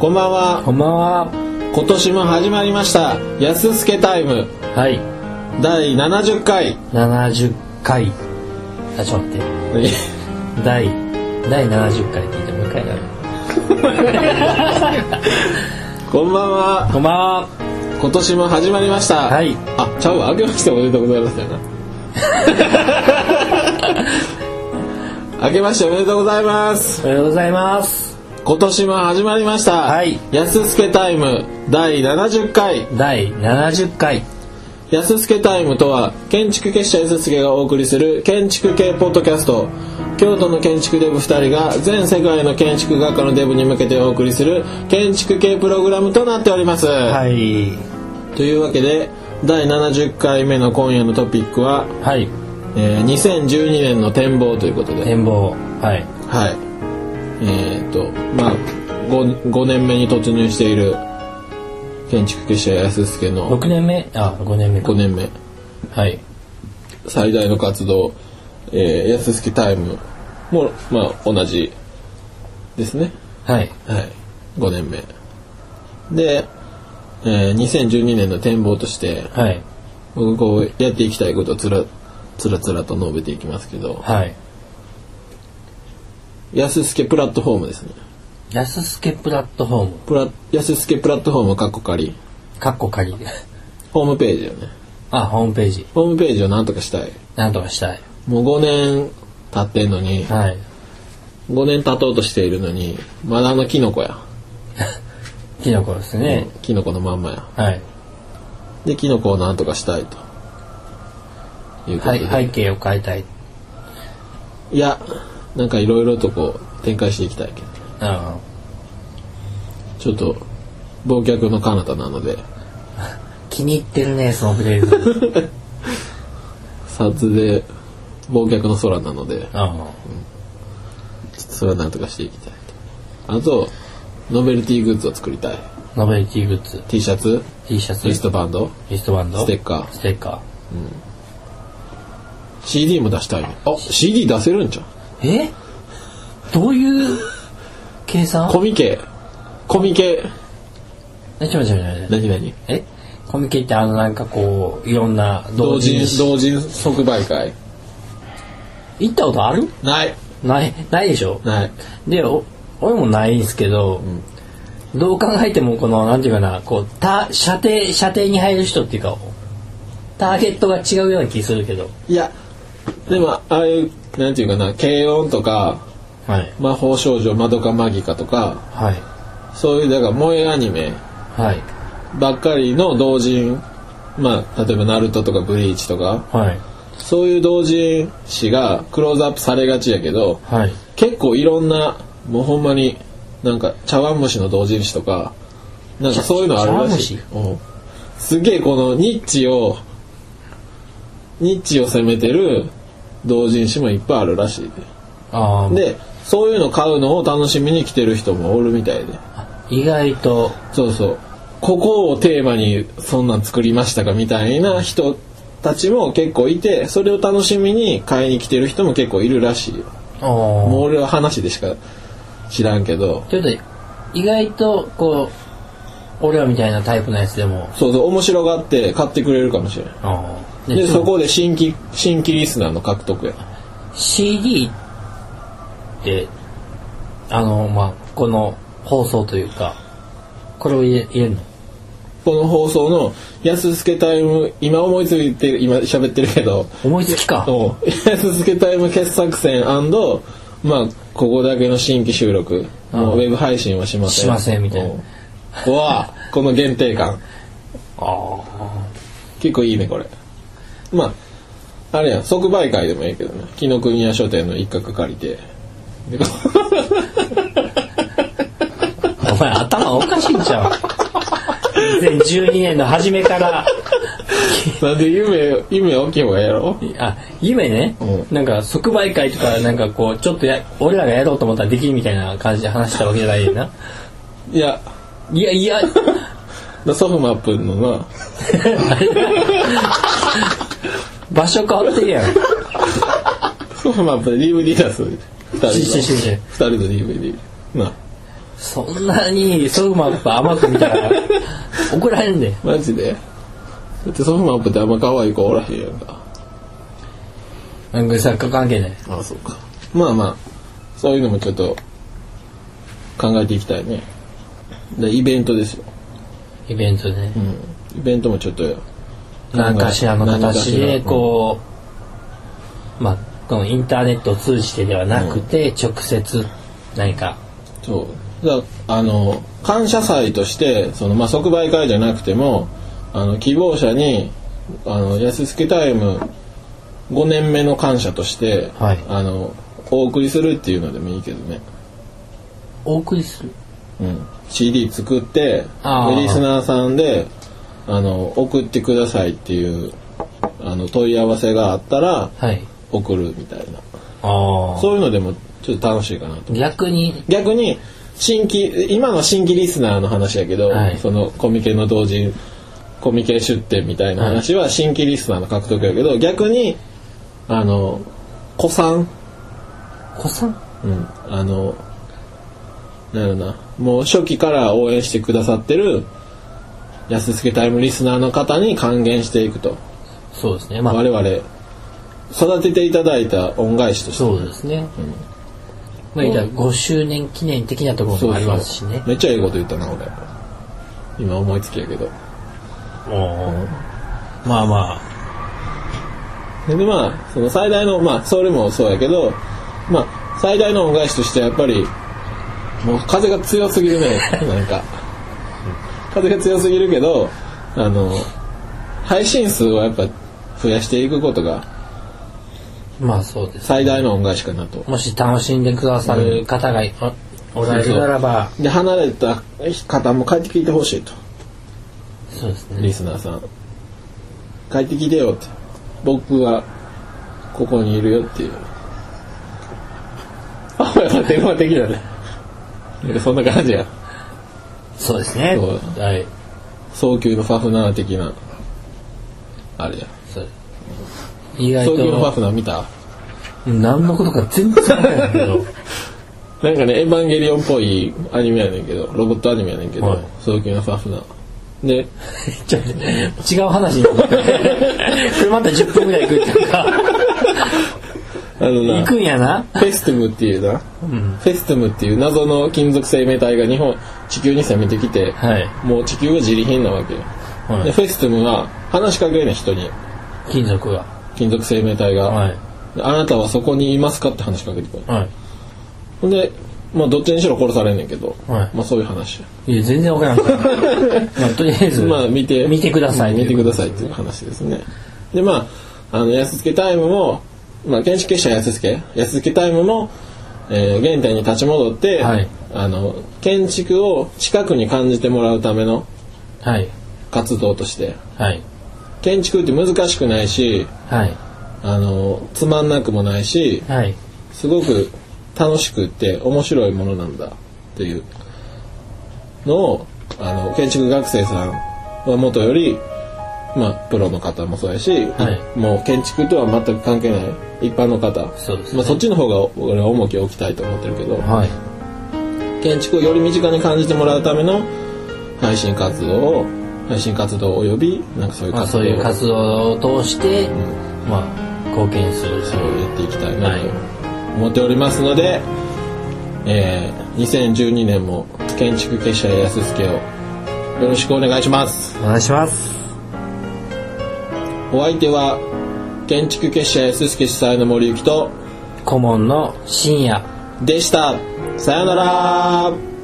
こんばんはこんばんは。今年も始まりました「やすすけタイムはい。」第70回 70回。あ、ちょっと待って。第、第70回って言ってもう一回やる。こんばんはこんばんは。今年も始まりましたはいあちゃうわ明けましておめでとうございますや な明けましておめでとうございますおはようございます。今年も始まりましたはいやすすけタイム」第70回第70回。安助タイムとは建築結社安助がお送りする建築系ポッドキャスト京都の建築デブ2人が全世界の建築学科のデブに向けてお送りする建築系プログラムとなっております、はい。というわけで第70回目の今夜のトピックは、はい。えー2012年の展望ということで展望。はい。はいえー、とまあ 5, 5年目に突入している建築結社安助の6年目あ、5年目か5。年目はい。最大の活動、えー、安助タイムも、まあ、同じですね、はい。はい、5年目で、えー2012年の展望としてはい。僕こうやっていきたいことをつらつらつらと述べていきますけどはい。安助プラットフォームですね安助プラットフォーム。プラ安助プラットフォームかっこ仮カッコ仮。ホームページよね あ、ホームページ。ホームページをなんとかしたいなんとかしたい。もう5年経ってんのにはい。 5年経とうとしているのにまだあのキノコや、キノコですね。キノコのまんまやはい。でキノコをなんとかしたいということはで、い。背景を変えたい。い、やなんかいろいろとこう展開していきたいけどなるほど。ちょっと忘却の彼方なので気に入ってるね、そのフレーズ。撮影忘却の空なのであちょっとそれはなんとかしていきたいとあとノベルティグッズを作りたいノベルティグッズ、 T シャツ T シャツ、リストバンドリストバンド、ステッカーステッカ CD も出したいねあ CD 出せるんじゃんー。えどういう計算コミケコミケえ、ちょちょちょちょ。何何えコミケってあのなんかこう、いろんな同同人人誌同人即売会行ったことあるないない、ないでしょないで、お俺もないんですけど、どう考えてもこの、なんていうかな、こう、た、射程、射程に入る人っていうか、ターゲットが違うような気するけど。いやでもああいうなんていうかな軽音とかはい。魔法少女マドカマギカとかはい。そういうだから萌えアニメはい。ばっかりの同人まあ例えば「ナルトとか「ブリーチ」とかはい。そういう同人誌がクローズアップされがちやけどはい。結構いろんなもうほんまになんか茶碗蒸しの同人誌とかなんかそういうのあるらしいう茶んすげえこのニッチをニッチを攻めてる同人誌もいっぱいあるらしいでああ、でそういうの買うのを楽しみに来てる人もおるみたいで意外と、そうそうここをテーマにそんなん作りましたかみたいな人たちも結構いてそれを楽しみに買いに来てる人も結構いるらしいよもうもう俺は話でしか知らんけどちょっと意外とこう俺らみたいなタイプのやつでもそうそう面白がって買ってくれるかもしれないでそこで新規新規リスナーの獲得や CD ってあのまあこの放送というかこれを入れ入れるのこの放送の「安助タイム」今思いついて今喋ってるけど思いつきかおう安助タイム傑作戦まあここだけの新規収録もうウェブ配信はしませんしませんみたいなおううわこの限定感ああ結構いいねこれまああれや即売会でもいいけどね紀ノ国屋書店の一角借りて でお前頭おかしいんちゃう2012年の初めからなんで夢夢大きい方がええやろあ夢ね、うなんか即売会とかなんかこうちょっとや俺らがやろうと思ったらできるみたいな感じで話したわけじゃないよないやいやいやだソフマップのな場所変わってるやんソフマップで DVD 出す2人のしししし二人の DVD なそんなにソフマップ甘く見たら怒られんでマジでだってソフマップってあんま可愛い子おらへんやんかなんか作家関係ないああそうかまあまあそういうのもちょっと考えていきたいねでイベントですよ、イベントでね、イベントもちょっとなんかしらの形で何かしらこう、まあこのインターネットを通じてではなくて、直接何かそうだあの感謝祭としてその、まあ、即売会じゃなくてもあの希望者にあの安助タイム5年目の感謝として、はいあのお送りするっていうのでもいいけどね、お送りするうん、CD 作ってあーリスナーさんであの送ってくださいっていうあの問い合わせがあったらはい送るみたいなああそういうのでもちょっと楽しいかなと逆に逆に新規今の新規リスナーの話やけど、はいそのコミケの同時コミケ出店みたいな話は新規リスナーの獲得やけど逆にあの子さん、子さんうん、あのなんやろなもう初期から応援してくださってる安助タイムリスナーの方に還元していくとそうですねまあ我々育てていただいた恩返しとしてそうですね、まあ言ったら5周年記念的なところもありますしねめっちゃええこと言ったな俺今思いつきやけどまあまででまあその最大のまあそれもそうやけどまあ最大の恩返しとしてやっぱりもう風が強すぎるねなんか風が強すぎるけどあの配信数をやっぱ増やしていくことがあまあそうです最大の恩返しかなともし楽しんでくださる方がいおおられるならばで離れた方も帰ってきてほしいとそうですねリスナーさん帰ってきてよって僕はここにいるよっていうあやっぱ電話的だねなんかそんな感じやそうですねそうはい早急のファフナー的なあれやそう意外早急のファとフナー見た何のことか全然わからないけどなんかねエヴァンゲリオンっぽいアニメやねんけどロボットアニメやねんけはいど早急のファフナーで ちょっとね違う話に 車だったら10分ぐらい行くっていうかあのな 行くんやなフェスティムっていうな、フェスティムっていう謎の金属生命体が日本地球に攻めてきて、はいもう地球は自利品なわけよ、はいでフェスティムは話しかけない人に金属が金属生命体が、はいであなたはそこにいますかって話しかけてくるはほんで、まあ、どっちにしろ殺されんねんけど、はいまあ、そういう話、いいや全然わからんから まあとりあえずまあ見て見てください見てくださいっていう話ですねでまああの安助タイムも、まあ、建築者安助安助タイムも、えー現代に立ち戻って、はいあの建築を近くに感じてもらうためのはい活動としてはい建築って難しくないしはいあのつまんなくもないしはいすごく楽しくって面白いものなんだっていうのをあの建築学生さんはもとより、まあ、プロの方もそうやし、はいもう建築とは全く関係ない一般の方そうですねまあ、そっちの方が俺は重きを置きたいと思ってるけど、はい建築をより身近に感じてもらうための配信活動を配信活動およびなんかそういうまあ活動そうをいう活動を通して、まあ貢献するそうやっていきたいなはいと思っておりますので、えー2012年も建築結社や安助をよろしくお願いしますお願いしますお相手は建築結社や安助主催の森幸と顧問の深夜でしたさようなら